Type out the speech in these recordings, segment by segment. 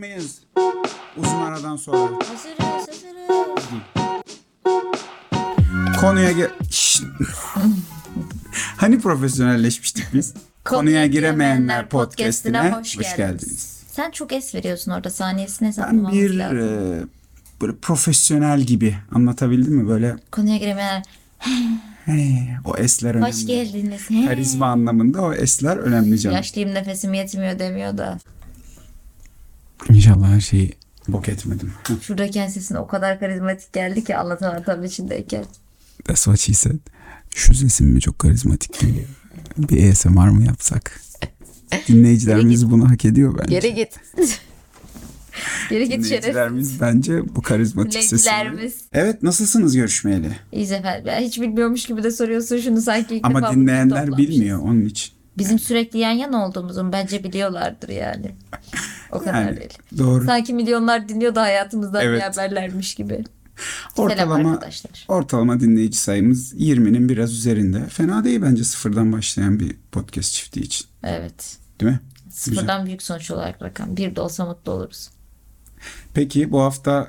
mıyız? Uzun aradan sonra. Hazırız hazırız. Konuya gir... Şşt! hani profesyonelleşmiştik biz? Konuya giremeyenler podcastine hoş, geldiniz. Sen çok es veriyorsun orada saniyesini Ben hesaplamamız bir lazım. e, böyle profesyonel gibi anlatabildim mi? Böyle Konuya giremeyenler hey, o esler önemli. hoş geldiniz. He. Karizma anlamında o esler önemli canım. Yaşlıyım nefesim yetmiyor demiyor da. İnşallah her şeyi bok etmedim. Şuradaki sesin o kadar karizmatik geldi ki anlatamam tabii içindeyken. That's what she said. Şu sesim mi çok karizmatik geliyor? Bir ASMR mı yapsak? Dinleyicilerimiz bunu hak ediyor bence. Geri git. Geri git şeref. Dinleyicilerimiz bence bu karizmatik sesini. Dinleyicilerimiz. Evet nasılsınız görüşmeyeli? İyiyiz efendim. Ya hiç bilmiyormuş gibi de soruyorsun şunu sanki ilk defa Ama bugün dinleyenler toplanmışız. bilmiyor onun için. Bizim sürekli yan yana olduğumuzun bence biliyorlardır yani. O kadar Yani değil. doğru. Sanki milyonlar dinliyor da hayatımızdan Evet. bir haberlermiş gibi. Selam Ortalama arkadaşlar. ortalama dinleyici sayımız 20'nin biraz üzerinde. Fena değil bence sıfırdan başlayan bir podcast çiftliği için. Evet. Değil mi? Sıfırdan büyük sonuç olarak rakam. Bir de olsa mutlu oluruz. Peki bu hafta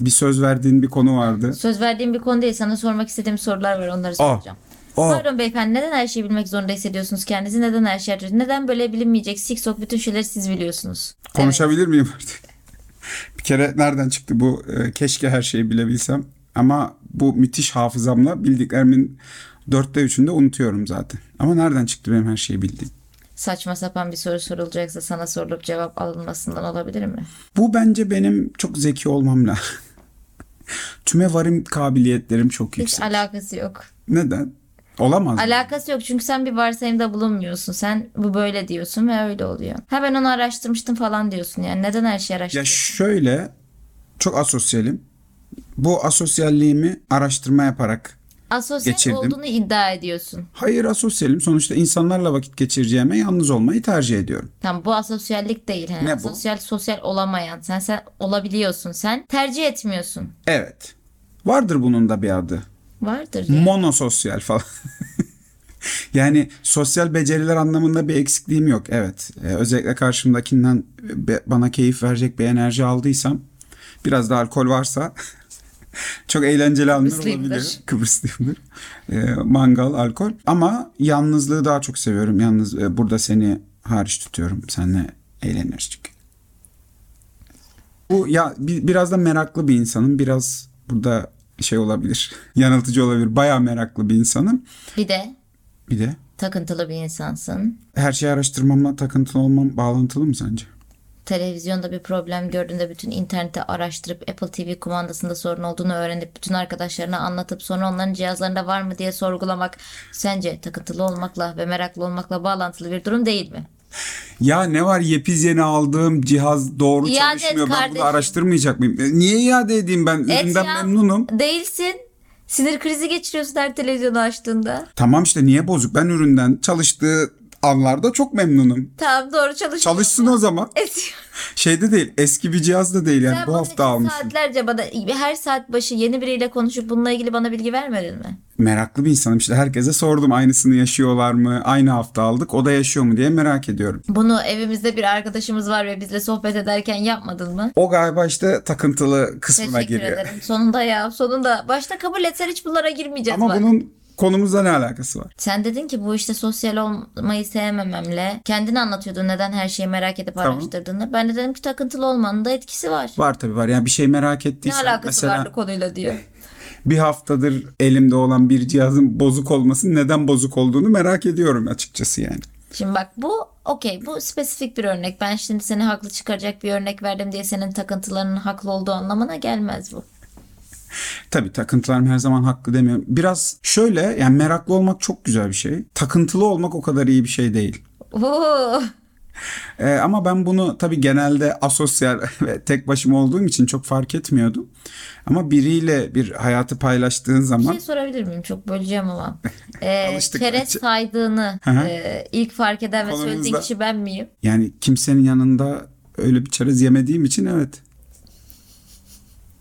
bir söz verdiğin bir konu vardı. Söz verdiğim bir konu değil. Sana sormak istediğim sorular var. Onları O. soracağım. O. Pardon beyefendi neden her şeyi bilmek zorunda hissediyorsunuz kendinizi? Neden her şeyi harcıyorsunuz? Neden böyle bilinmeyecek sik sok bütün şeyleri siz biliyorsunuz? Konuşabilir miyim artık? bir kere nereden çıktı bu? Ee, Keşke her şeyi bilebilsem. Ama bu müthiş hafızamla bildiklerimin dörtte üçünde unutuyorum zaten. Ama nereden çıktı benim her şeyi bildiğim? Evet. Saçma sapan bir soru sorulacaksa sana sorulup cevap alınmasından olabilir mi? Bu bence benim çok zeki olmamla. Tüme varım kabiliyetlerim çok Hiç yüksek. alakası yok. Neden? Olamaz. mı? Alakası yok çünkü sen bir varsayımda bulunmuyorsun. Sen bu böyle diyorsun ve öyle oluyor. Ha ben onu araştırmıştım falan diyorsun yani. Neden her şeyi Ya araştırıyorsun? şöyle çok asosyalim. Bu asosyalliğimi araştırma yaparak Asosyal geçirdim. olduğunu iddia ediyorsun. hayır asosyalim sonuçta insanlarla vakit geçireceğime yalnız olmayı tercih ediyorum. Tam bu asosyallik değil. Yani Ne bu? asosyal sosyal olamayan. Sen sen olabiliyorsun. Sen tercih etmiyorsun. Evet. Vardır bunun da bir adı. Vardır Hmm. ya. Monososyal falan. yani sosyal beceriler anlamında bir eksikliğim yok. Evet. Ee, özellikle karşımdakinden be- bana keyif verecek bir enerji aldıysam biraz da alkol varsa çok eğlenceli anlar Kıbrıslıyımdır. olabilir. Kıbrıslıyımdır. Ee, mangal, alkol. Ama yalnızlığı daha çok seviyorum. Yalnız e, burada seni hariç tutuyorum. Seninle eğleniriz çünkü. Bu ya bi- biraz da meraklı bir insanım. Biraz burada şey olabilir. Yanıltıcı olabilir. Bayağı meraklı bir insanım. Bir de Bir de takıntılı bir insansın. her şeyi araştırmamla takıntılı olmam bağlantılı mı sence? Televizyonda bir problem gördüğünde bütün interneti araştırıp Apple TV kumandasında sorun olduğunu öğrenip bütün arkadaşlarına anlatıp sonra onların cihazlarında var mı diye sorgulamak sence takıntılı olmakla ve meraklı olmakla bağlantılı bir durum değil mi? Ya ne var yepiz yeni aldığım cihaz doğru İade et çalışmıyor. Ben bunu kardeşim. araştırmayacak mıyım? E, Niye iade edeyim ben? Et Üründen ya. memnunum. Değilsin. Sinir krizi geçiriyorsun her televizyonu açtığında. Tamam işte niye bozuk? Ben üründen çalıştığı anlarda çok memnunum. Tamam doğru çalış. Çalışsın o zaman. Şeyde değil eski bir cihaz da değil yani Sen bu bunun hafta için almışım. saatlerce bana her saat başı yeni biriyle konuşup bununla ilgili bana bilgi vermedin mi? meraklı bir insanım. İşte herkese sordum aynısını yaşıyorlar mı? Aynı hafta aldık. O da yaşıyor mu diye merak ediyorum. Bunu evimizde bir arkadaşımız var ve bizle sohbet ederken yapmadın mı? O galiba işte takıntılı kısmına Teşekkür giriyor. ederim. Sonunda ya sonunda. Başta kabul etsen hiç bunlara girmeyeceğiz. Ama bak. bunun konumuzla ne alakası var? Sen dedin ki bu işte sosyal olmayı sevmememle kendini anlatıyordun neden her şeyi merak edip Tamam. araştırdığını. Ben de dedim ki takıntılı olmanın da etkisi var. Var tabii var. Yani bir şey merak Ne ettiysen alakası mesela var bu konuyla diyor. bir haftadır elimde olan bir cihazın bozuk olması neden bozuk olduğunu merak ediyorum açıkçası yani. Şimdi bak bu okey bu spesifik bir örnek. Ben şimdi seni haklı çıkaracak bir örnek verdim diye senin takıntılarının haklı olduğu anlamına gelmez bu. Tabii takıntılarım her zaman haklı demiyorum. Biraz şöyle yani meraklı olmak çok güzel bir şey. Takıntılı olmak o kadar iyi bir şey değil. Oo. Ee, ama ben bunu tabii genelde asosyal ve tek başıma olduğum için çok fark etmiyordum. Ama biriyle bir hayatı paylaştığın Bir zaman şey sorabilir miyim? Çok böleceğim ama. Ee, Alıştık kere bence. saydığını Hı hı. e, ilk fark eden ve söylediğin Konumuzda. kişi ben miyim? yani kimsenin yanında öyle bir çerez yemediğim için evet.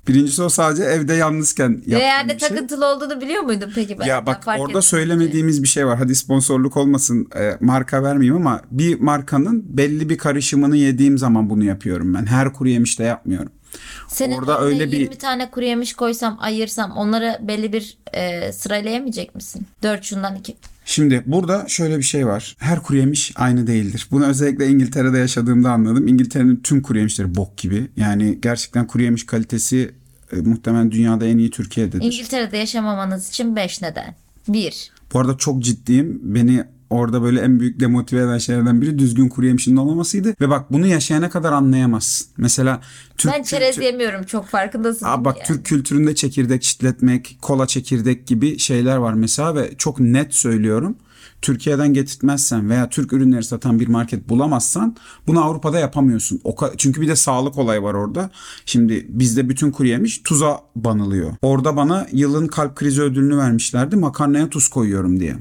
Birincisi o sadece evde yalnızken yaptığım Ve yani bir şey. takıntılı olduğunu biliyor muydun peki? Ben, Ya ben bak fark orada ettim. söylemediğimiz bir şey var. Hadi sponsorluk olmasın e, marka vermeyeyim ama bir markanın belli bir karışımını yediğim zaman bunu yapıyorum ben. Her kuru yemişte yapmıyorum. Senin orada önüne öyle bir- 20 tane kuru yemiş koysam, ayırsam onları belli bir e, sırayla yemeyecek misin? 4 şundan 2. Şimdi burada şöyle bir şey var. Her kuru yemiş aynı değildir. Bunu özellikle İngiltere'de yaşadığımda anladım. İngiltere'nin tüm kuru yemişleri bok gibi. Yani gerçekten kuru yemiş kalitesi e, muhtemelen dünyada en iyi Türkiye'dedir. İngiltere'de yaşamamanız için 5 neden. 1. Bu arada çok ciddiyim. Beni orada böyle en büyük demotive eden şeylerden biri düzgün kuru yemişinin olmamasıydı. Ve bak bunu yaşayana kadar anlayamazsın. Mesela Türk Ben çerez kültü- yemiyorum çok farkındasın. Aa, değil bak mi yani? Türk kültüründe çekirdek çitletmek, kola çekirdek gibi şeyler var mesela ve çok net söylüyorum. Türkiye'den getirtmezsen veya Türk ürünleri satan bir market bulamazsan bunu Avrupa'da yapamıyorsun. O ka- çünkü bir de sağlık olayı var orada. Şimdi bizde bütün kuru yemiş tuza banılıyor. Orada bana yılın kalp krizi ödülünü vermişlerdi makarnaya tuz koyuyorum diye.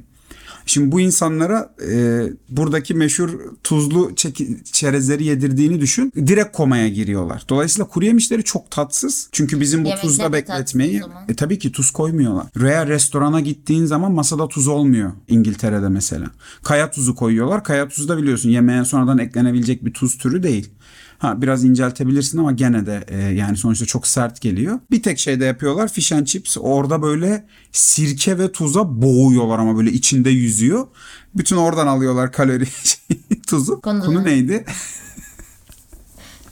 Şimdi bu insanlara e, buradaki meşhur tuzlu çeki- çerezleri yedirdiğini düşün. Direkt komaya giriyorlar. Dolayısıyla kuru yemişleri çok tatsız. Çünkü bizim bu Yemekler tuzda de tatsız bekletmeyi o zaman. e, tabii ki tuz koymuyorlar. Veya restorana gittiğin zaman masada tuz olmuyor İngiltere'de mesela. Kaya tuzu koyuyorlar. Kaya tuzu da biliyorsun yemeğe sonradan eklenebilecek bir tuz türü değil. Ha biraz inceltebilirsin ama gene de e, yani sonuçta çok sert geliyor. Bir tek şey de yapıyorlar fish and chips. Orada böyle sirke ve tuza boğuyorlar ama böyle içinde yüzüyor. Bütün oradan alıyorlar kalori şey, tuzu. Konu- Konu neydi?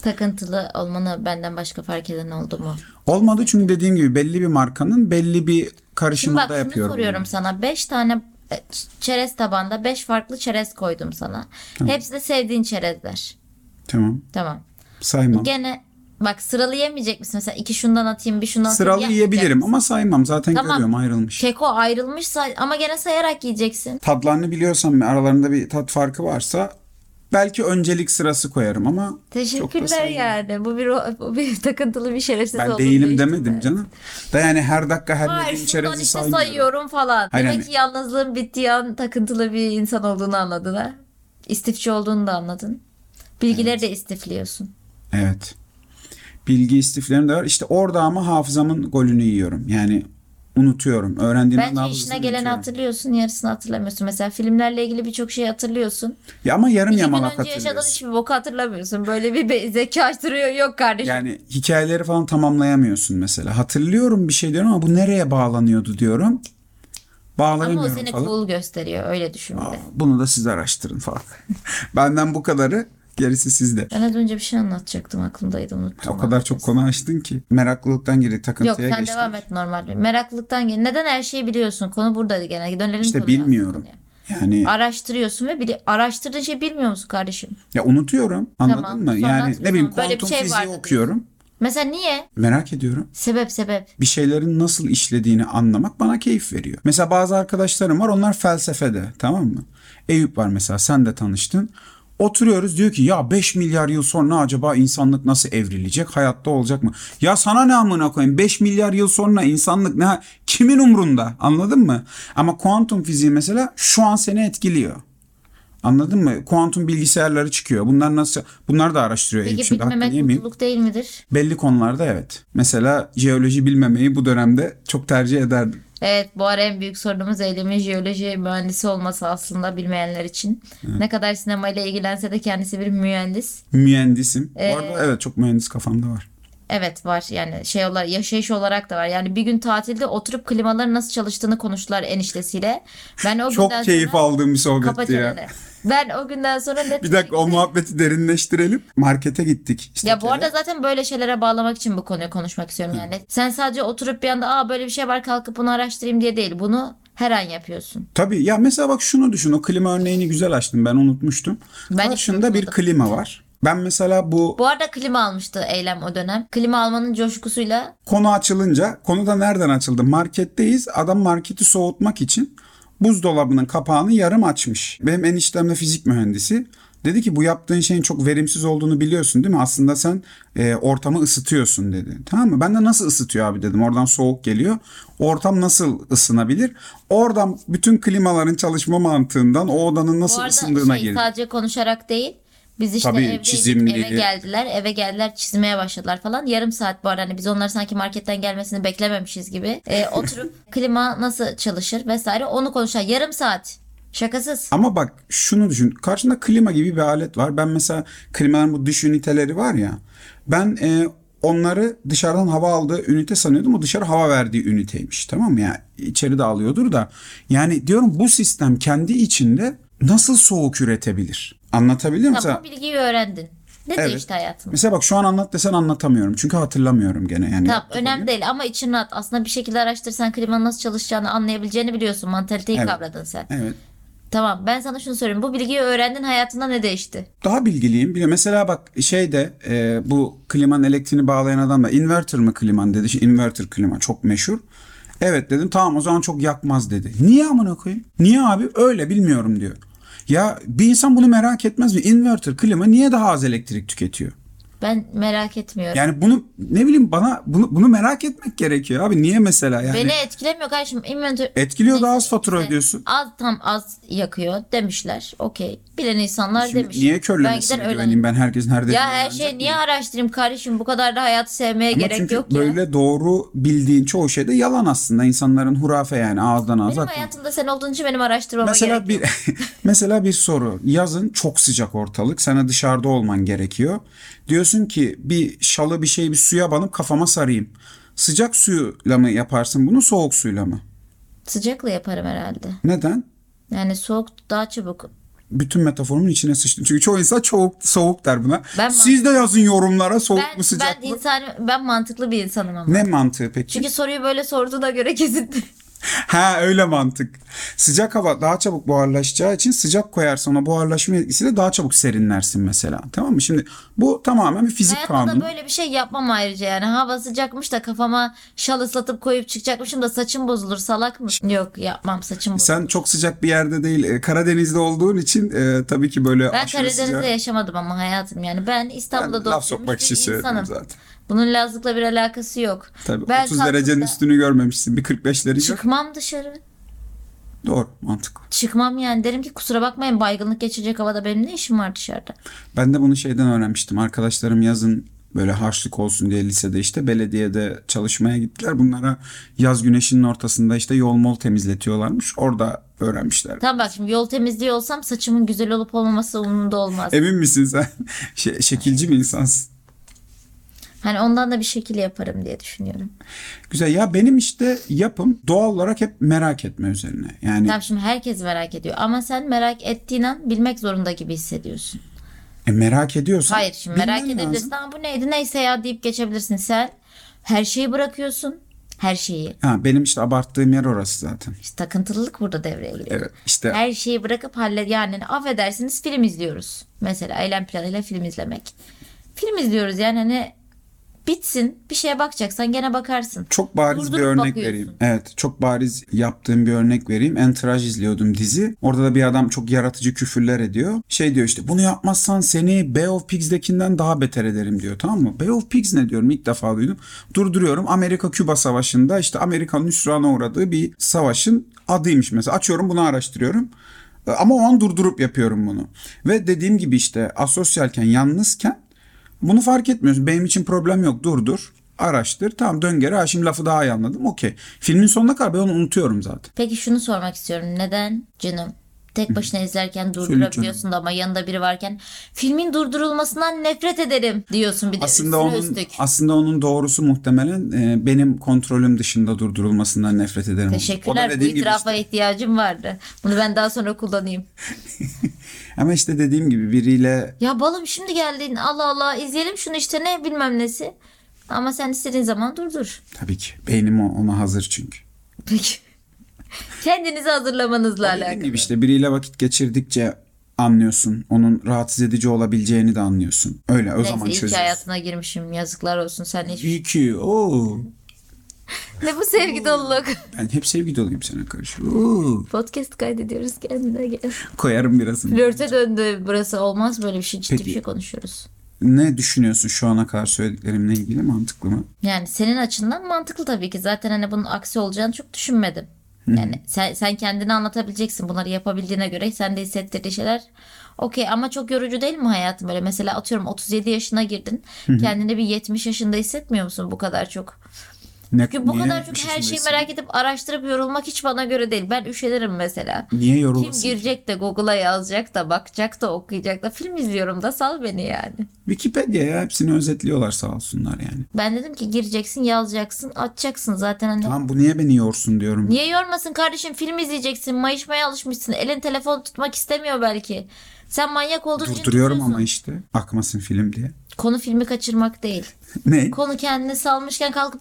Takıntılı olmanı benden başka fark eden oldu mu? Olmadı çünkü dediğim gibi belli bir markanın belli bir Şimdi karışımında bak şunu yapıyorum. soruyorum sana. 5 tane e, ç- çerez tabanda 5 farklı çerez koydum sana. Hepsi de sevdiğin çerezler. Tamam. Tamam. Saymam. Gene bak sıralı yemeyecek misin? Mesela iki şundan atayım bir şundan atayım. Sıralı yemeyecek yiyebilirim misin? ama saymam. Zaten Tamam. görüyorum ayrılmış. Keko ayrılmışsa ama gene sayarak yiyeceksin. Tatlarını biliyorsam ve aralarında bir tat farkı varsa belki öncelik sırası koyarım ama çok da Teşekkürler saymam. yani. Bu bir, bu bir takıntılı bir şerefsiz Ben olduğunu değilim düşünüyorum. demedim canım. Da yani her dakika her Hayır yediğim şundan çerezi işte Hani saymıyorum. sayıyorum falan. Hayır, hani Demek yani- ki yalnızlığın bittiği an takıntılı bir insan olduğunu anladın ha. İstifçi olduğunu da anladın. Bilgileri de istifliyorsun. Evet. Bilgi istiflerim de var. İşte orada ama hafızamın golünü yiyorum. Yani unutuyorum. Öğrendiğimden Bence işine hafızasını geleni unutuyorum. hatırlıyorsun, yarısını hatırlamıyorsun. Mesela filmlerle ilgili birçok şeyi hatırlıyorsun. Ya ama yarım İki gün yamalak önce yaşadığın hatırlıyorsun. hiçbir boku hatırlamıyorsun. Böyle bir be- zeka açtırıyor yok kardeşim. Yani hikayeleri falan tamamlayamıyorsun mesela. Hatırlıyorum bir şey diyorum ama bu nereye bağlanıyordu diyorum. Ama o Bağlayamıyorum seni falan. cool gösteriyor öyle düşün bir Aa, de. Bunu da siz araştırın falan. Benden bu kadarı gerisi sizde. Ben az önce bir şey anlatacaktım aklımdaydı unuttum. O kadar çok konu açtın ki. Meraklılıktan girdik Yok takıntıya sen geçtik. devam et normal. bir- Meraklılıktan gel. Neden her şeyi biliyorsun? Konu buradaydı genelde. Dönelim İşte konuya. bilmiyorum. Yani Araştırıyorsun ve bili araştırdığın şeyi bilmiyor musun kardeşim? ya unutuyorum. Anladın Tamam, mı? sonra Yani hatırlıyorum. ne bileyim Böyle bir kuantum şey fiziği vardı okuyorum. Mesela niye? Merak ediyorum. Sebep sebep. bir şeylerin nasıl işlediğini anlamak bana keyif veriyor. Mesela bazı arkadaşlarım var onlar felsefede tamam mı? Eyüp var mesela sen de tanıştın. Oturuyoruz diyor ki ya 5 milyar yıl sonra acaba insanlık nasıl evrilecek? Hayatta olacak mı? Ya sana ne amına koyayım 5 milyar yıl sonra insanlık ne kimin umrunda? Anladın mı? Ama kuantum fiziği mesela şu an seni etkiliyor. Anladın mı? Kuantum bilgisayarları çıkıyor. Bunlar nasıl? Bunlar da araştırıyor. Eyüp. Peki Şimdi hakkını bitmemek yemeyeyim. mutluluk değil midir? Belli konularda evet. Mesela jeoloji bilmemeyi bu dönemde çok tercih ederdim. Evet bu ara en büyük sorunumuz Eylem'in jeoloji mühendisi olması aslında bilmeyenler için. Ne kadar sinemayla ilgilense de kendisi bir mühendis. Mühendisim. Ee, Bu arada evet çok mühendis kafamda var. Evet var yani şey olarak yaşayış olarak da var. Yani bir gün tatilde oturup klimaların nasıl çalıştığını konuştular eniştesiyle. Ben o Çok günden keyif sonra aldığım bir kapa sohbetti ya. çeneni. Ben o günden sonra net Bir dakika o muhabbeti derinleştirelim. Markete gittik. İşte Ya bu böyle. arada zaten böyle şeylere bağlamak için bu konuyu konuşmak istiyorum yani. Sen sadece oturup bir anda aa böyle bir şey var kalkıp bunu araştırayım diye değil. Bunu her an yapıyorsun. Tabii ya mesela bak şunu düşün. O klima örneğini güzel açtın. Ben unutmuştum. Ben hiç Karşında bir klima var. Ben mesela bu Bu arada klima almıştı Eylem o dönem. Klima almanın coşkusuyla Konu açılınca konu da nereden açıldı? Marketteyiz. Adam marketi soğutmak için buzdolabının kapağını yarım açmış. Benim eniştem de fizik mühendisi. Dedi ki bu yaptığın şeyin çok verimsiz olduğunu biliyorsun değil mi? Aslında sen e, ortamı ısıtıyorsun dedi. Tamam mı? Ben de nasıl ısıtıyor abi dedim. Oradan soğuk geliyor. Ortam nasıl ısınabilir? Oradan bütün klimaların çalışma mantığından o odanın bu nasıl arada ısındığına şey, girdi. sadece konuşarak değil Biz işte Tabii, evdeydik, çizimli. eve geldiler, eve geldiler çizmeye başladılar falan. Yarım saat bu arada hani biz onları sanki marketten gelmesini beklememişiz gibi. Ee, oturup klima nasıl çalışır vesaire onu konuşan yarım saat. Şakasız. Ama bak şunu düşün. Karşında klima gibi bir alet var. Ben mesela klimaların bu dış üniteleri var ya. Ben e, onları dışarıdan hava aldığı ünite sanıyordum. O dışarı hava verdiği üniteymiş. Tamam mı? ya? içeri de alıyordur da. Yani diyorum bu sistem kendi içinde nasıl soğuk üretebilir? Anlatabiliyor muyum? Tamam bu bilgiyi öğrendin. Ne Evet. değişti hayatım? Mesela bak şu an anlat desen anlatamıyorum. Çünkü hatırlamıyorum gene. Yani Tamam önemli değil ama içine at. Aslında bir şekilde araştırsan klimanın nasıl çalışacağını anlayabileceğini biliyorsun. Mantaliteyi Evet. kavradın sen. Evet. Tamam ben sana şunu söyleyeyim. Bu bilgiyi öğrendin hayatında ne değişti? Daha bilgiliyim. Bile mesela bak şeyde e, bu klimanın elektriğini bağlayan adam da inverter mı kliman dedi. Şey, inverter klima çok meşhur. Evet dedim tamam o zaman çok yakmaz dedi. Niye amına koyayım? Niye abi? Öyle bilmiyorum diyor. Ya bir insan bunu merak etmez mi? Inverter klima niye daha az elektrik tüketiyor? Ben merak etmiyorum. Yani bunu ne bileyim bana bunu, bunu merak etmek gerekiyor abi. Niye mesela yani? Beni etkilemiyor kardeşim. İnventör... Etkiliyor daha az fatura ödüyorsun. Az tam az yakıyor demişler. Okey. Bilen insanlar Şimdi demiş. niye Ben körlemesine gider güveneyim ben herkes nerede? Ya her şeyi niye araştırayım kardeşim? Bu kadar da hayatı sevmeye Ama gerek çünkü yok ya. böyle doğru bildiğin çoğu şey de yalan aslında. İnsanların hurafe yani ağızdan Benim ağza. aklına. hayatımda sen olduğun için benim araştırmama gerek Mesela yok. bir mesela bir soru. Yazın çok sıcak ortalık. Sana dışarıda olman gerekiyor. Diyorsun ki bir şalı bir şey bir suya banıp kafama sarayım. Sıcak suyla mı yaparsın bunu soğuk suyla mı? Sıcakla yaparım herhalde. Neden? Yani soğuk daha çabuk. Bütün metaforumun içine sıçtın. Çünkü çoğu insan soğuk, soğuk der buna. Ben- Siz de yazın yorumlara soğuk Ben, mu sıcak ben mı? insan ben mantıklı bir insanım ama. Ne mantığı peki? Çünkü soruyu böyle sorduğuna göre kesin. Ha öyle mantık. Sıcak hava daha çabuk buharlaşacağı için sıcak koyarsan o buharlaşma etkisiyle daha çabuk serinlersin mesela. Tamam mı? Şimdi bu tamamen bir fizik Hayatımda kanunu. da böyle bir şey yapmam ayrıca yani. Hava sıcakmış da kafama şal ıslatıp koyup çıkacakmışım da saçım bozulur salak mı? Yok yapmam saçım bozulur. Sen çok sıcak bir yerde değil e, Karadeniz'de olduğun için e, tabii ki böyle Ben aşırı Karadeniz'de sıcak. yaşamadım ama hayatım yani. Ben Ben İstanbul'da laf doğmuş sokmak için bir söyledim insanım. zaten. Bunun Lazlık'la bir alakası yok. Tabii Ben 30 derecenin kalktığımda üstünü görmemişsin. Bir 45 derece. Çıkmam dışarı. Doğru mantıklı. Çıkmam yani. Derim ki kusura bakmayın baygınlık geçirecek havada benim ne işim var dışarıda? Ben de bunu şeyden öğrenmiştim. Arkadaşlarım yazın böyle harçlık olsun diye lisede işte belediyede çalışmaya gittiler. Bunlara yaz güneşinin ortasında işte yol mol temizletiyorlarmış. Orada öğrenmişler. Tamam bak şimdi yol temizliği olsam saçımın güzel olup olmaması umurumda olmaz. Emin misin sen? Şey, şekilci bir insansın. Hani ondan da bir şekil yaparım diye düşünüyorum. Hani- Güzel ya benim işte yapım doğal olarak hep merak etme üzerine. Yani Tamam şimdi herkes merak ediyor ama sen merak ettiğin an bilmek zorunda gibi hissediyorsun. e, merak ediyorsan Hayır şimdi merak bilmen lazım. edebilirsin ama bu neydi neyse ya deyip geçebilirsin. Sen her şeyi bırakıyorsun. Her şeyi. Ha, benim işte abarttığım yer orası zaten. İşte takıntılılık burada devreye giriyor. Evet işte Her şeyi bırakıp halled yani affedersiniz film izliyoruz. Mesela eylem planıyla film izlemek. Film izliyoruz yani hani bitsin bir şeye bakacaksan gene bakarsın. çok bariz bir Durdurup örnek bakıyorsun. vereyim. Evet çok bariz yaptığım bir örnek vereyim. Entourage izliyordum dizi. Orada da bir adam çok yaratıcı küfürler ediyor. Şey diyor işte bunu yapmazsan seni Bay of Pigs'dekinden daha beter ederim diyor tamam mı? Bay of Pigs ne diyorum ilk defa duydum. Durduruyorum Amerika-Küba savaşında işte Amerika'nın hüsrana uğradığı bir savaşın adıymış mesela. Açıyorum bunu araştırıyorum. Ama o an durdurup yapıyorum bunu. Ve dediğim gibi işte asosyalken, yalnızken bunu fark etmiyorsun. Benim için problem yok. Dur dur. Araştır. Tamam dön geri. Ha şimdi lafı daha iyi anladım. Okey. Filmin sonuna kadar ben onu unutuyorum zaten. Peki şunu sormak istiyorum. Neden canım? Tek başına izlerken durdurabiliyorsun da ama yanında biri varken filmin durdurulmasından nefret ederim diyorsun bir de Aslında üstüne onun üstlük. aslında onun doğrusu muhtemelen e, benim kontrolüm dışında durdurulmasından nefret ederim. O da Teşekkürler. Bu dediğim gibi itirafa işte- ihtiyacım vardı. Bunu ben daha sonra kullanayım. Ama işte dediğim gibi biriyle Ya balım şimdi geldin. Allah Allah izleyelim şunu işte ne bilmem nesi. Ama sen istediğin zaman durdur. tabii ki beynim o- ona hazır çünkü. Peki. Kendinizi hazırlamanızla Dediğim alakalı. gibi işte biriyle vakit geçirdikçe anlıyorsun. Onun rahatsız edici olabileceğini de anlıyorsun. Öyle o Neyse zaman iyi ki çözüyorsun. hayatına girmişim. Yazıklar olsun sen hiç. İyi ki. Oo. ne bu sevgi doluluk. Ben hep sevgi doluyum sana karşı. Oo. Podcast kaydediyoruz kendine gel. Koyarım birazını. Flörte döndü burası olmaz böyle bir şey ciddi bir Peki. şey konuşuyoruz. Ne düşünüyorsun şu ana kadar söylediklerimle ilgili mantıklı mı? Yani senin açından mantıklı tabii ki. Zaten hani bunun aksi olacağını çok düşünmedim. Yani sen, sen kendini anlatabileceksin bunları yapabildiğine göre. Sen de hissettirdiği şeyler okey ama çok yorucu değil mi hayatım böyle? Mesela atıyorum 37 yaşına girdin. Kendini bir 70 yaşında hissetmiyor musun bu kadar çok? Ne, Çünkü bu niye kadar çok her şeyi düşünmesin? merak edip araştırıp yorulmak hiç bana göre değil. Ben üşenirim mesela. Niye Kim yorulmasın? girecek de Google'a yazacak da bakacak da okuyacak da film izliyorum da sal beni yani. Wikipedia ya hepsini özetliyorlar sağ olsunlar yani. Ben dedim ki gireceksin yazacaksın açacaksın zaten hani Tamam bu niye beni yorsun diyorum. Niye yormasın kardeşim? Film izleyeceksin. Mayışmaya alışmışsın. Elin telefon tutmak istemiyor belki. Sen manyak olduğun için Durduruyorum ama tutuyorsun. işte akmasın film diye. Konu filmi kaçırmak değil. Ne? Konu kendini salmışken kalkıp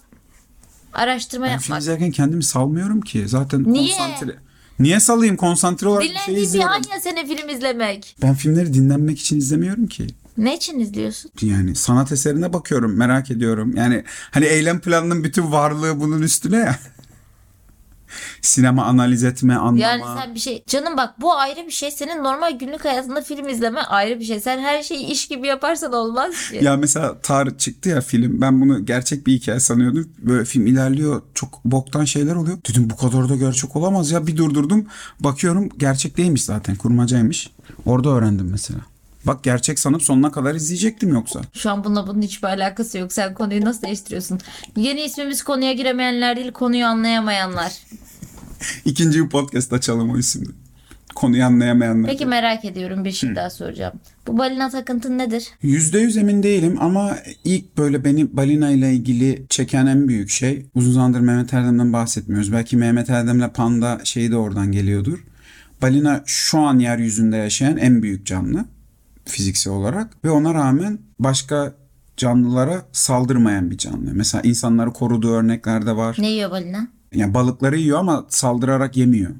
araştırma Ben film yapmak. izlerken kendimi salmıyorum ki. Zaten Niye? konsantre. Niye salayım? Konsantre olarak bir şey Dinlendiğin bir izliyorum. an ya seni film izlemek. Ben filmleri dinlenmek için izlemiyorum ki. Ne için izliyorsun? Yani sanat eserine bakıyorum, merak ediyorum. Yani hani eylem planının bütün varlığı bunun üstüne ya. Sinema analiz etme, anlama. Yani sen bir şey... Canım bak bu ayrı bir şey. Senin normal günlük hayatında film izleme ayrı bir şey. Sen her şeyi iş gibi yaparsan olmaz ki. Ya mesela Tar çıktı ya film. Ben bunu gerçek bir hikaye sanıyordum. Böyle film ilerliyor. Çok boktan şeyler oluyor. Dedim bu kadar da gerçek olamaz ya. Bir durdurdum. Bakıyorum gerçek değilmiş zaten. Kurmacaymış. Orada öğrendim mesela. Bak gerçek sanıp sonuna kadar izleyecektim yoksa. Şu an bununla bunun hiçbir alakası yok. Sen konuyu nasıl değiştiriyorsun? Yeni ismimiz konuya giremeyenler değil, konuyu anlayamayanlar. İkinci bir podcast açalım o isimde. Konuyu anlayamayanlar. Peki merak ediyorum bir şey daha soracağım. Bu balina takıntın nedir? Yüzde yüz emin değilim ama ilk böyle beni balina ile ilgili çeken en büyük şey uzun zamandır Mehmet Erdem'den bahsetmiyoruz. Belki Mehmet Erdem'le panda şeyi de oradan geliyordur. Balina şu an yeryüzünde yaşayan en büyük canlı fiziksel olarak ve ona rağmen başka canlılara saldırmayan bir canlı. Mesela insanları koruduğu örnekler de var. Ne yiyor balina? Yani balıkları yiyor ama saldırarak yemiyor.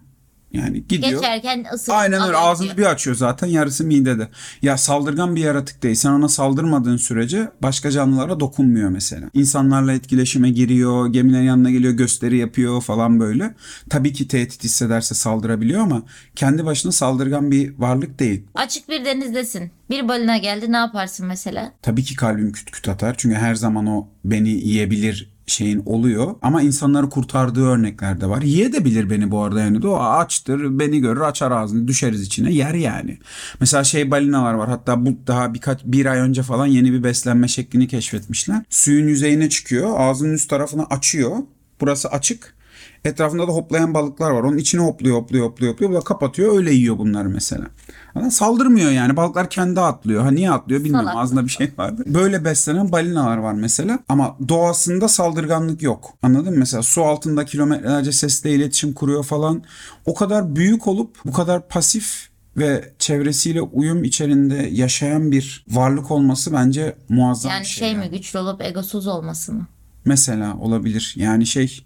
Yani gidiyor. Geçerken ısırıp Aynen öyle alıyor. ağzını bir açıyor zaten yarısı midede. Ya saldırgan bir yaratık değil. Sen ona saldırmadığın sürece başka canlılara dokunmuyor mesela. İnsanlarla etkileşime giriyor, gemilerin yanına geliyor, gösteri yapıyor falan böyle. Tabii ki tehdit hissederse saldırabiliyor ama kendi başına saldırgan bir varlık değil. Açık bir denizdesin. Bir balina geldi ne yaparsın mesela? Tabii ki kalbim küt küt atar. Çünkü her zaman o beni yiyebilir şeyin oluyor. Ama insanları kurtardığı örnekler de var. Yiyebilir beni bu arada yani. de. O açtır, beni görür, açar ağzını, düşeriz içine, yer yani. Mesela şey balinalar var. Hatta bu daha birkaç bir ay önce falan yeni bir beslenme şeklini keşfetmişler. Suyun yüzeyine çıkıyor, ağzının üst tarafını açıyor. Burası açık. Etrafında da hoplayan balıklar var. Onun içine hopluyor, hopluyor, hopluyor, hopluyor. Bu da kapatıyor. Öyle yiyor bunları mesela. Ama saldırmıyor yani. Balıklar kendi atlıyor. Ha niye atlıyor bilmiyorum. Salak. Ağzında bir şey vardı. Böyle beslenen balinalar var mesela. Ama doğasında saldırganlık yok. Anladın mı? Mesela su altında kilometrelerce sesle iletişim kuruyor falan. O kadar büyük olup bu kadar pasif ve çevresiyle uyum içerisinde yaşayan bir varlık olması bence muazzam Yani bir şey, şey. yani. mi güçlü olup egosuz olması mı? Mesela olabilir. Yani şey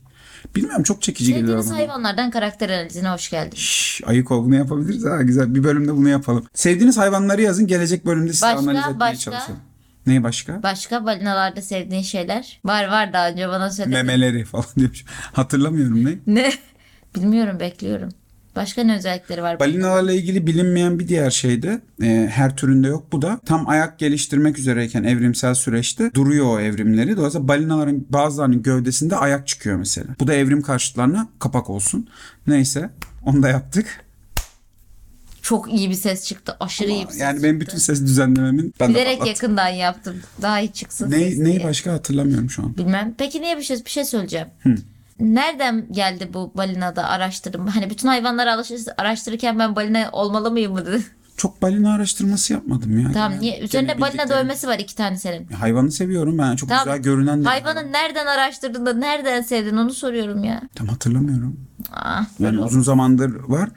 bilmiyorum çok çekici geliyor Sevdiğiniz bana. hayvanlardan karakter analizine hoş geldin. Şş, ayık ol bunu yapabiliriz. Ha, güzel bir bölümde bunu yapalım. Sevdiğiniz hayvanları yazın. Gelecek bölümde size Başka, analiz etmeye başka? çalışalım. Neyi başka? Başka balinalarda sevdiğin şeyler? Var var daha önce bana söyledin. Memeleri falan demiş. Hatırlamıyorum ne. Ne? Bilmiyorum bekliyorum. Başka ne özellikleri var? Balinalarla ilgili bilinmeyen bir diğer şey de e, her türünde yok bu da tam ayak geliştirmek üzereyken evrimsel süreçte duruyor o evrimleri. Dolayısıyla balinaların bazılarının gövdesinde ayak çıkıyor mesela. Bu da evrim karşıtlarına kapak olsun. Neyse onu da yaptık. Çok iyi bir ses çıktı. Aşırı iyi bir ses. Yani benim bütün ses düzenlememin ben de Bilerek patlattım. yakından yaptım. Daha iyi çıksın. ses Ne, diye. neyi başka hatırlamıyorum şu an. Bilmem. Peki niye bir şey, bir şey söyleyeceğim. Nereden geldi bu balinada araştırma? Hani bütün hayvanları araştır- araştırırken ben balina olmalı mıyım mı dedi. Çok balina araştırması yapmadım ya. Tamam Genel- niye? Üzerinde genel balina bildiklerim. dövmesi var iki tane senin. Hayvanı seviyorum ben. Çok Tamam. güzel görünen bir hayvan. Hayvanı nereden araştırdın da nereden sevdin onu soruyorum ya. Tam hatırlamıyorum. Ah, Yani uzun zamandır var.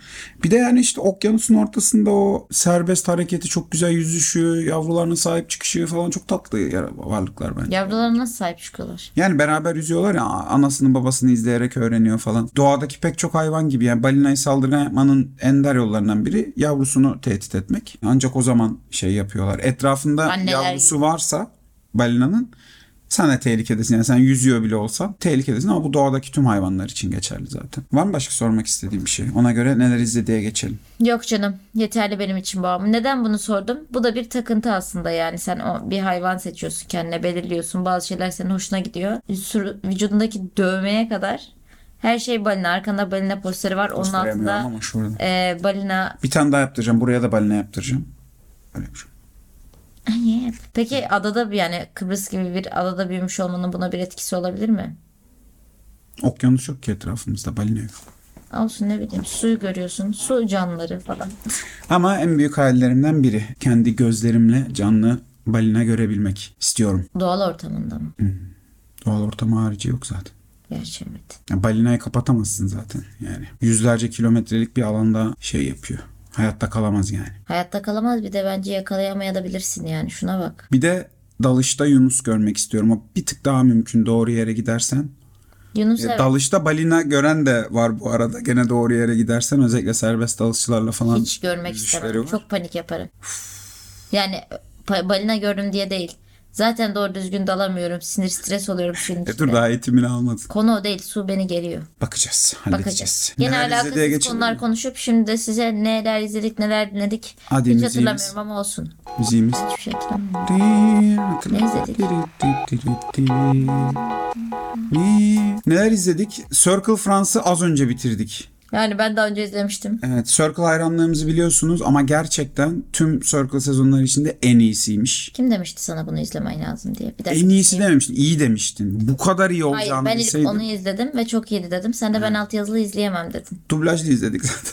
Bir de yani işte okyanusun ortasında o serbest hareketi çok güzel yüzüşü, yavrularına sahip çıkışı falan çok tatlı yara- varlıklar bence. Yavruları nasıl sahip çıkıyorlar? Yani beraber yüzüyorlar ya anasını babasını izleyerek öğreniyor falan. Doğadaki pek çok hayvan gibi yani balinayı saldırgan yapmanın ender yollarından biri yavrusunu tehdit etmek. Ancak o zaman şey yapıyorlar. Etrafında Anneler yavrusu varsa balinanın sen de tehlikedesin. Yani sen yüzüyor bile olsan tehlikedesin ama bu doğadaki tüm hayvanlar için geçerli zaten. Var mı başka sormak istediğim bir şey? Ona göre neler izlediğe geçelim. Yok canım yeterli benim için bu ama neden bunu sordum? Bu da bir takıntı aslında yani sen o bir hayvan seçiyorsun kendine belirliyorsun bazı şeyler senin hoşuna gidiyor. Sürü- Vücudundaki E, dövmeye kadar Her şey balina. Arkanda balina posteri var. Onun Gösteremiyorum altında ama şurada. e, balina. Bir tane daha yaptıracağım. Buraya da balina yaptıracağım. Öyle bir şey. Peki adada bir yani Kıbrıs gibi bir adada büyümüş olmanın buna bir etkisi olabilir mi? Okyanus yok ki etrafımızda balina yok. Olsun ne bileyim suyu görüyorsun. Su canlıları falan. Ama en büyük hayallerimden biri kendi gözlerimle canlı balina görebilmek istiyorum. Doğal ortamında mı? Doğal ortam harici yok zaten. Gerçi evet. Ya balinayı kapatamazsın zaten yani. Yüzlerce kilometrelik bir alanda şey yapıyor. Hayatta kalamaz yani. Hayatta kalamaz bir de bence yakalayamayabilirsin yani şuna bak. Bir de dalışta yunus görmek istiyorum. O bir tık daha mümkün doğru yere gidersen. Yunus E, evet. Dalışta balina gören de var bu arada. Gene doğru yere gidersen özellikle serbest dalışçılarla falan. hiç görmek yüzüşleri istemem. var. Çok panik yaparım. Yani pa- balina gördüm diye değil. Zaten doğru düzgün dalamıyorum. Sinir stres oluyorum şimdi. E dur daha eğitimini almadın. Konu o değil. Su beni geriyor. Bakacağız, Bakacağız. halledeceğiz. Yine Neler izlediğe alakasız geçelim. konular konuşup şimdi de size neler izledik neler dinledik. Hadi Hiç müziğimiz. hatırlamıyorum ama olsun. Müziğimiz. Hiçbir şey hatırlamıyorum. Neler izledik? Circle France'ı az önce bitirdik. Yani ben daha önce izlemiştim. Evet, Circle hayranlığımızı biliyorsunuz ama gerçekten tüm Circle sezonları içinde en iyisiymiş. Kim demişti sana bunu izlemen lazım diye. Bir dakika. En iyisi dememiştin, iyi demiştin. Bu kadar iyi Hayır olacağını ben ilk bilseydim. onu izledim ve çok iyiydi dedim. Sen de ben alt yazılı izleyemem dedin. Dublajlı izledik zaten.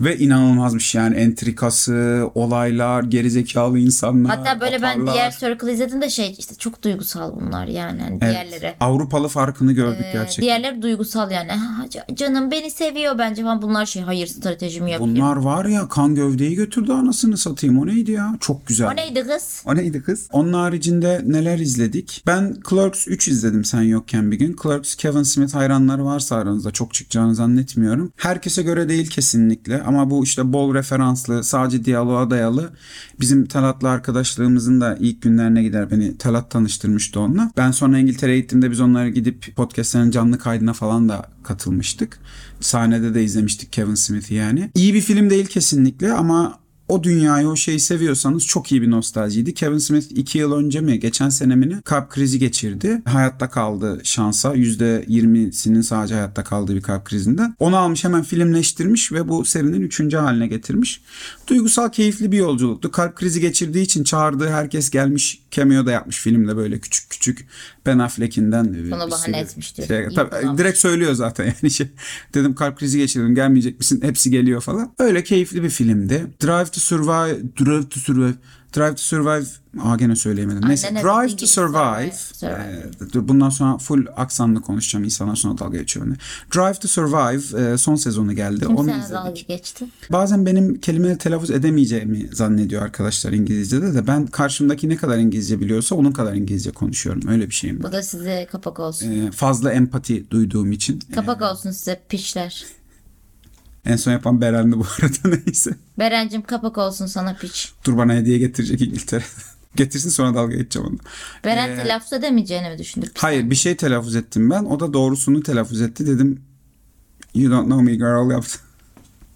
Ve inanılmazmış yani entrikası, olaylar, gerizekalı insanlar. Hatta böyle ben Ee, atarlar. diğer Circle izledim de şey işte çok duygusal bunlar yani, yani Evet, diğerleri. Ee, Avrupalı farkını gördük gerçekten. Diğerleri duygusal yani. Ha, ca- canım beni seviyor bence falan bunlar şey hayır stratejimi yapıyor. Bunlar var ya kan gövdeyi götürdü anasını satayım. O neydi ya? Çok güzel. O neydi kız? O neydi kız? Onun haricinde neler izledik? Ben Clerks 3 izledim sen yokken bir gün. Clerks Kevin Smith hayranları varsa aranızda çok çıkacağını zannetmiyorum. Herkese göre değil kesinlikle ama bu işte bol referanslı, sadece diyaloğa dayalı. Bizim Talat'la arkadaşlığımızın da ilk günlerine gider beni Talat tanıştırmıştı onunla. Ben sonra İngiltere'ye gittiğimde biz onlara gidip podcastlerin canlı kaydına falan da katılmıştık. Sahnede de izlemiştik Kevin Smith'i yani. İyi bir film değil kesinlikle ama o dünyayı o şeyi seviyorsanız çok iyi bir nostaljiydi. Kevin Smith 2 yıl önce mi geçen sene mi ne kalp krizi geçirdi. Hayatta kaldı şansa. %20'sinin sadece hayatta kaldığı bir kalp krizinden. Onu almış hemen filmleştirmiş ve bu serinin 3. haline getirmiş. Duygusal keyifli bir yolculuktu. Kalp krizi geçirdiği için çağırdığı herkes gelmiş cameo da yapmış filmde böyle küçük küçük Ben Affleck'inden. bir Bunu bahane sürü etmiş diyor. şey- İyi tabii, kullanmış. direkt söylüyor zaten yani şey dedim kalp krizi geçirdim gelmeyecek misin hepsi geliyor falan. Öyle keyifli bir filmdi. Drive to Survive Drive to Survive Drive to Survive Aa gene söyleyemedim. Neyse Annene Drive to dediğin gibi Survive. Survive. Ee, dur, bundan sonra full aksanlı konuşacağım. İnsanlar sonra dalga geçiyor benimle. Drive to Survive e, son sezonu geldi. Kim Onu sana izledik. dalga geçti? Bazen benim kelimeleri telaffuz edemeyeceğimi zannediyor arkadaşlar İngilizce'de de ben karşımdaki ne kadar İngilizce biliyorsa onun kadar İngilizce konuşuyorum. Öyle bir şeyim. var. Bu da size kapak olsun. Ee, fazla empati duyduğum için. Kapak olsun size piçler. En son yapan Beren'di bu arada neyse. Berencim kapak olsun sana piç. Dur bana hediye getirecek İngiltere. Getirsin sonra dalga geçeceğim onunla. Beren telaffuz edemeyeceğini mi düşündü? Ee, Hayır bir şey telaffuz ettim ben. O da doğrusunu telaffuz etti dedim. You don't know me girl yaptı.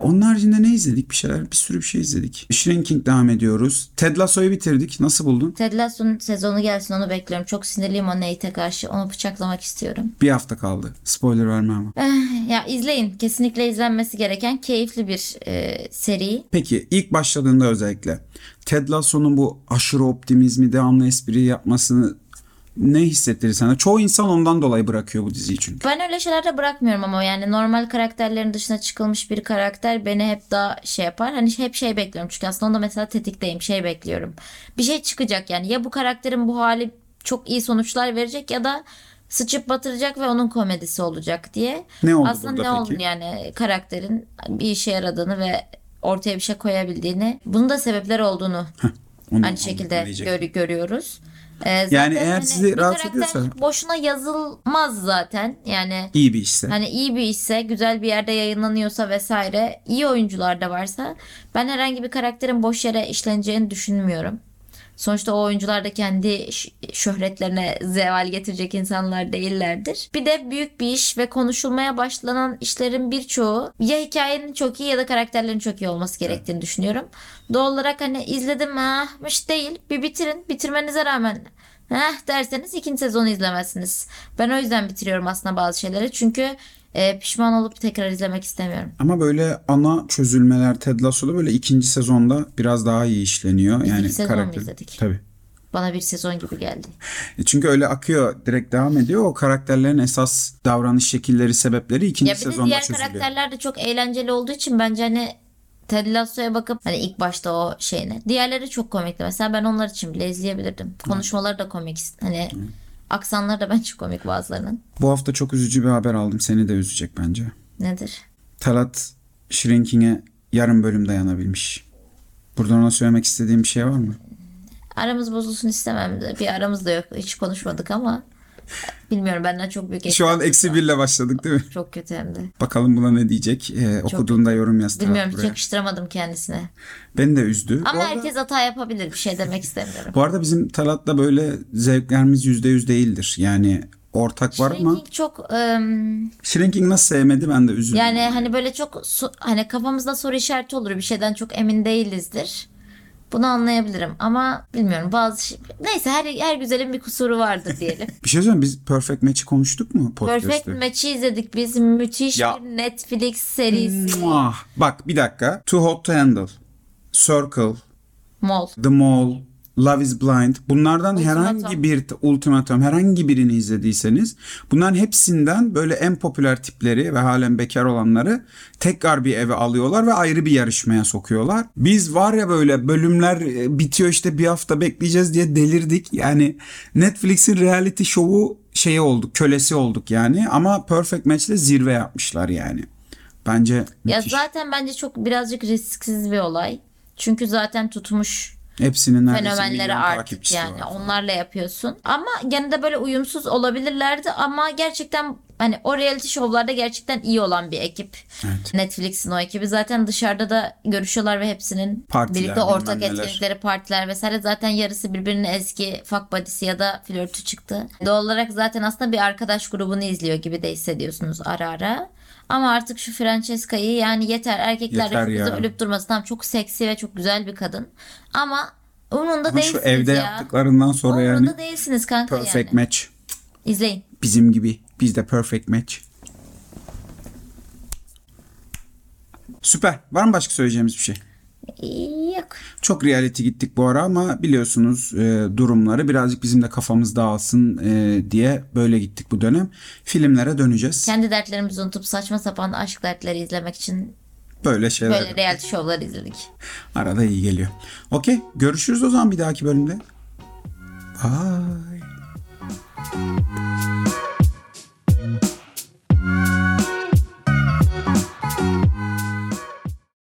Onun haricinde ne izledik? Bir şeyler, bir sürü bir şey izledik. Shrinking devam ediyoruz. Ted Lasso'yu bitirdik. Nasıl buldun? Ted Lasso'nun sezonu gelsin onu bekliyorum. Çok sinirliyim o Nate'e karşı. Onu bıçaklamak istiyorum. Bir hafta kaldı. Spoiler vermem ama. Eh, Ya izleyin. Kesinlikle izlenmesi gereken keyifli bir e, seri. Peki ilk başladığında özellikle Ted Lasso'nun bu aşırı optimizmi, devamlı espri yapmasını ne hissettirir sana? Çoğu insan ondan dolayı bırakıyor bu diziyi çünkü. Ben öyle şeylerde bırakmıyorum ama yani normal karakterlerin dışına çıkılmış bir karakter beni hep daha şey yapar. Hani hep şey bekliyorum çünkü aslında onda mesela tetikteyim şey bekliyorum. Bir şey çıkacak yani ya bu karakterin bu hali çok iyi sonuçlar verecek ya da sıçıp batıracak ve onun komedisi olacak diye. Ne oldu aslında burada ne peki? oldu yani karakterin bir işe yaradığını ve ortaya bir şey koyabildiğini. Bunun da sebepler olduğunu Onu- aynı onu şekilde diyecektim. gör- görüyoruz. Ee, Yani zaten eğer sizi bir rahatsız karakter ediyorsa- boşuna yazılmaz zaten. Yani İyi bir işse. hani iyi bir işse, güzel bir yerde yayınlanıyorsa vesaire, iyi oyuncular da varsa ben herhangi bir karakterin boş yere işleneceğini düşünmüyorum. Sonuçta o oyuncular da kendi ş- şöhretlerine zeval getirecek insanlar değillerdir. Bir de büyük bir iş ve konuşulmaya başlanan işlerin birçoğu ya hikayenin çok iyi ya da karakterlerin çok iyi olması gerektiğini düşünüyorum. Doğal olarak hani izledim ahmış değil bir bitirin bitirmenize rağmen Heh derseniz ikinci sezonu izlemezsiniz. Ben o yüzden bitiriyorum aslında bazı şeyleri. Çünkü e, pişman olup tekrar izlemek istemiyorum. Ama böyle ana çözülmeler Ted Lasso'da böyle ikinci sezonda biraz daha iyi işleniyor. yani bir sezon mu karakter. izledik? Tabii. Bana bir sezon gibi geldi. E Çünkü öyle akıyor, direkt devam ediyor. O karakterlerin esas davranış şekilleri, sebepleri ikinci Ya bir de sezonda diğer çözülüyor. karakterler de çok eğlenceli olduğu için bence hani Ted Lasso'ya bakıp hani ilk başta o şeyine. Diğerleri çok komikti. Mesela ben onlar için bile izleyebilirdim. Konuşmaları da komik. Hani aksanları da bence komik bazılarının. Bu hafta çok üzücü bir haber aldım. Seni de üzecek bence. Nedir? Talat Shrinking'e yarım bölüm dayanabilmiş. Buradan ona söylemek istediğim bir şey var mı? Aramız bozulsun istemem de. Bir aramız da yok. Hiç konuşmadık ama bilmiyorum benden çok büyük Şu an eksi birle başladık değil mi? Çok kötü hem de. Bakalım buna ne diyecek. Ee, okuduğunda yorum yaz Talat Bilmiyorum hiç buraya. yakıştıramadım kendisine. Beni de üzdü. Bu Ama arada- herkes hata yapabilir. Bir şey demek istemiyorum. Bu arada bizim Talat'la böyle zevklerimiz yüzde yüz değildir. Yani ortak var ama Shrinking çok ım, Shrinking nasıl sevmedi ben de üzüldüm. yani hani böyle çok su- hani kafamızda soru işareti olur. Bir şeyden çok emin değilizdir. Bunu anlayabilirim ama bilmiyorum bazı şey- neyse her her güzelin bir kusuru vardır diyelim. Bir şey söyleyeyim mi? biz Perfect Match'i konuştuk mu podcast'te? Perfect Match'i izledik biz. Müthiş Ya. Hmm. bir Netflix serisi. Muah. Bak bir dakika. Too Hot To Handle, Circle, Mol. The Mall, Love Is Blind. Bunlardan herhangi bir ultimatum, herhangi birini izlediyseniz bunların hepsinden böyle en popüler tipleri ve halen bekar olanları tekrar bir eve alıyorlar ve ayrı bir yarışmaya sokuyorlar. Biz var ya böyle bölümler e, bitiyor işte bir hafta bekleyeceğiz diye delirdik. Yani Netflix'in reality show'u şeye olduk, kölesi olduk yani ama Perfect Match'te zirve yapmışlar yani. Bence Ya müthiş. zaten bence çok birazcık risksiz bir olay. Çünkü zaten tutmuş Hepsinin neredeyse milyon fenomenleri artık takipçisi yani var. onlarla yapıyorsun. Ama gene de böyle uyumsuz olabilirlerdi ama gerçekten hani o reality şovlarda gerçekten iyi olan bir ekip. Evet. Netflix'in o ekibi zaten dışarıda da görüşüyorlar ve hepsinin Partiler, birlikte ortak bilmem neler. etkinlikleri, partiler vesaire zaten yarısı birbirinin eski fuck buddy'si ya da flörtü çıktı. Doğal olarak zaten aslında bir arkadaş grubunu izliyor gibi de hissediyorsunuz ara ara. Ama artık şu Francesca'yı yani yeter erkekler Yeter rakibinize ya. ölüp durmasın. Tamam çok seksi ve çok güzel bir kadın. Ama Ama umurunda şu değilsiniz evde ya. yaptıklarından sonra Umurunda yani değilsiniz kanka perfect yani. match. İzleyin. Bizim gibi. Biz de perfect match. Süper. Var mı başka söyleyeceğimiz bir şey? Yok. Çok reality gittik bu ara ama biliyorsunuz e, durumları birazcık bizim de kafamız dağılsın e, diye böyle gittik bu dönem. Filmlere döneceğiz. Kendi dertlerimizi unutup saçma sapan aşk dertleri izlemek için Böyle şeyler böyle reality şovlar izledik. arada iyi geliyor. Okey. Görüşürüz o zaman bir dahaki bölümde. Bye.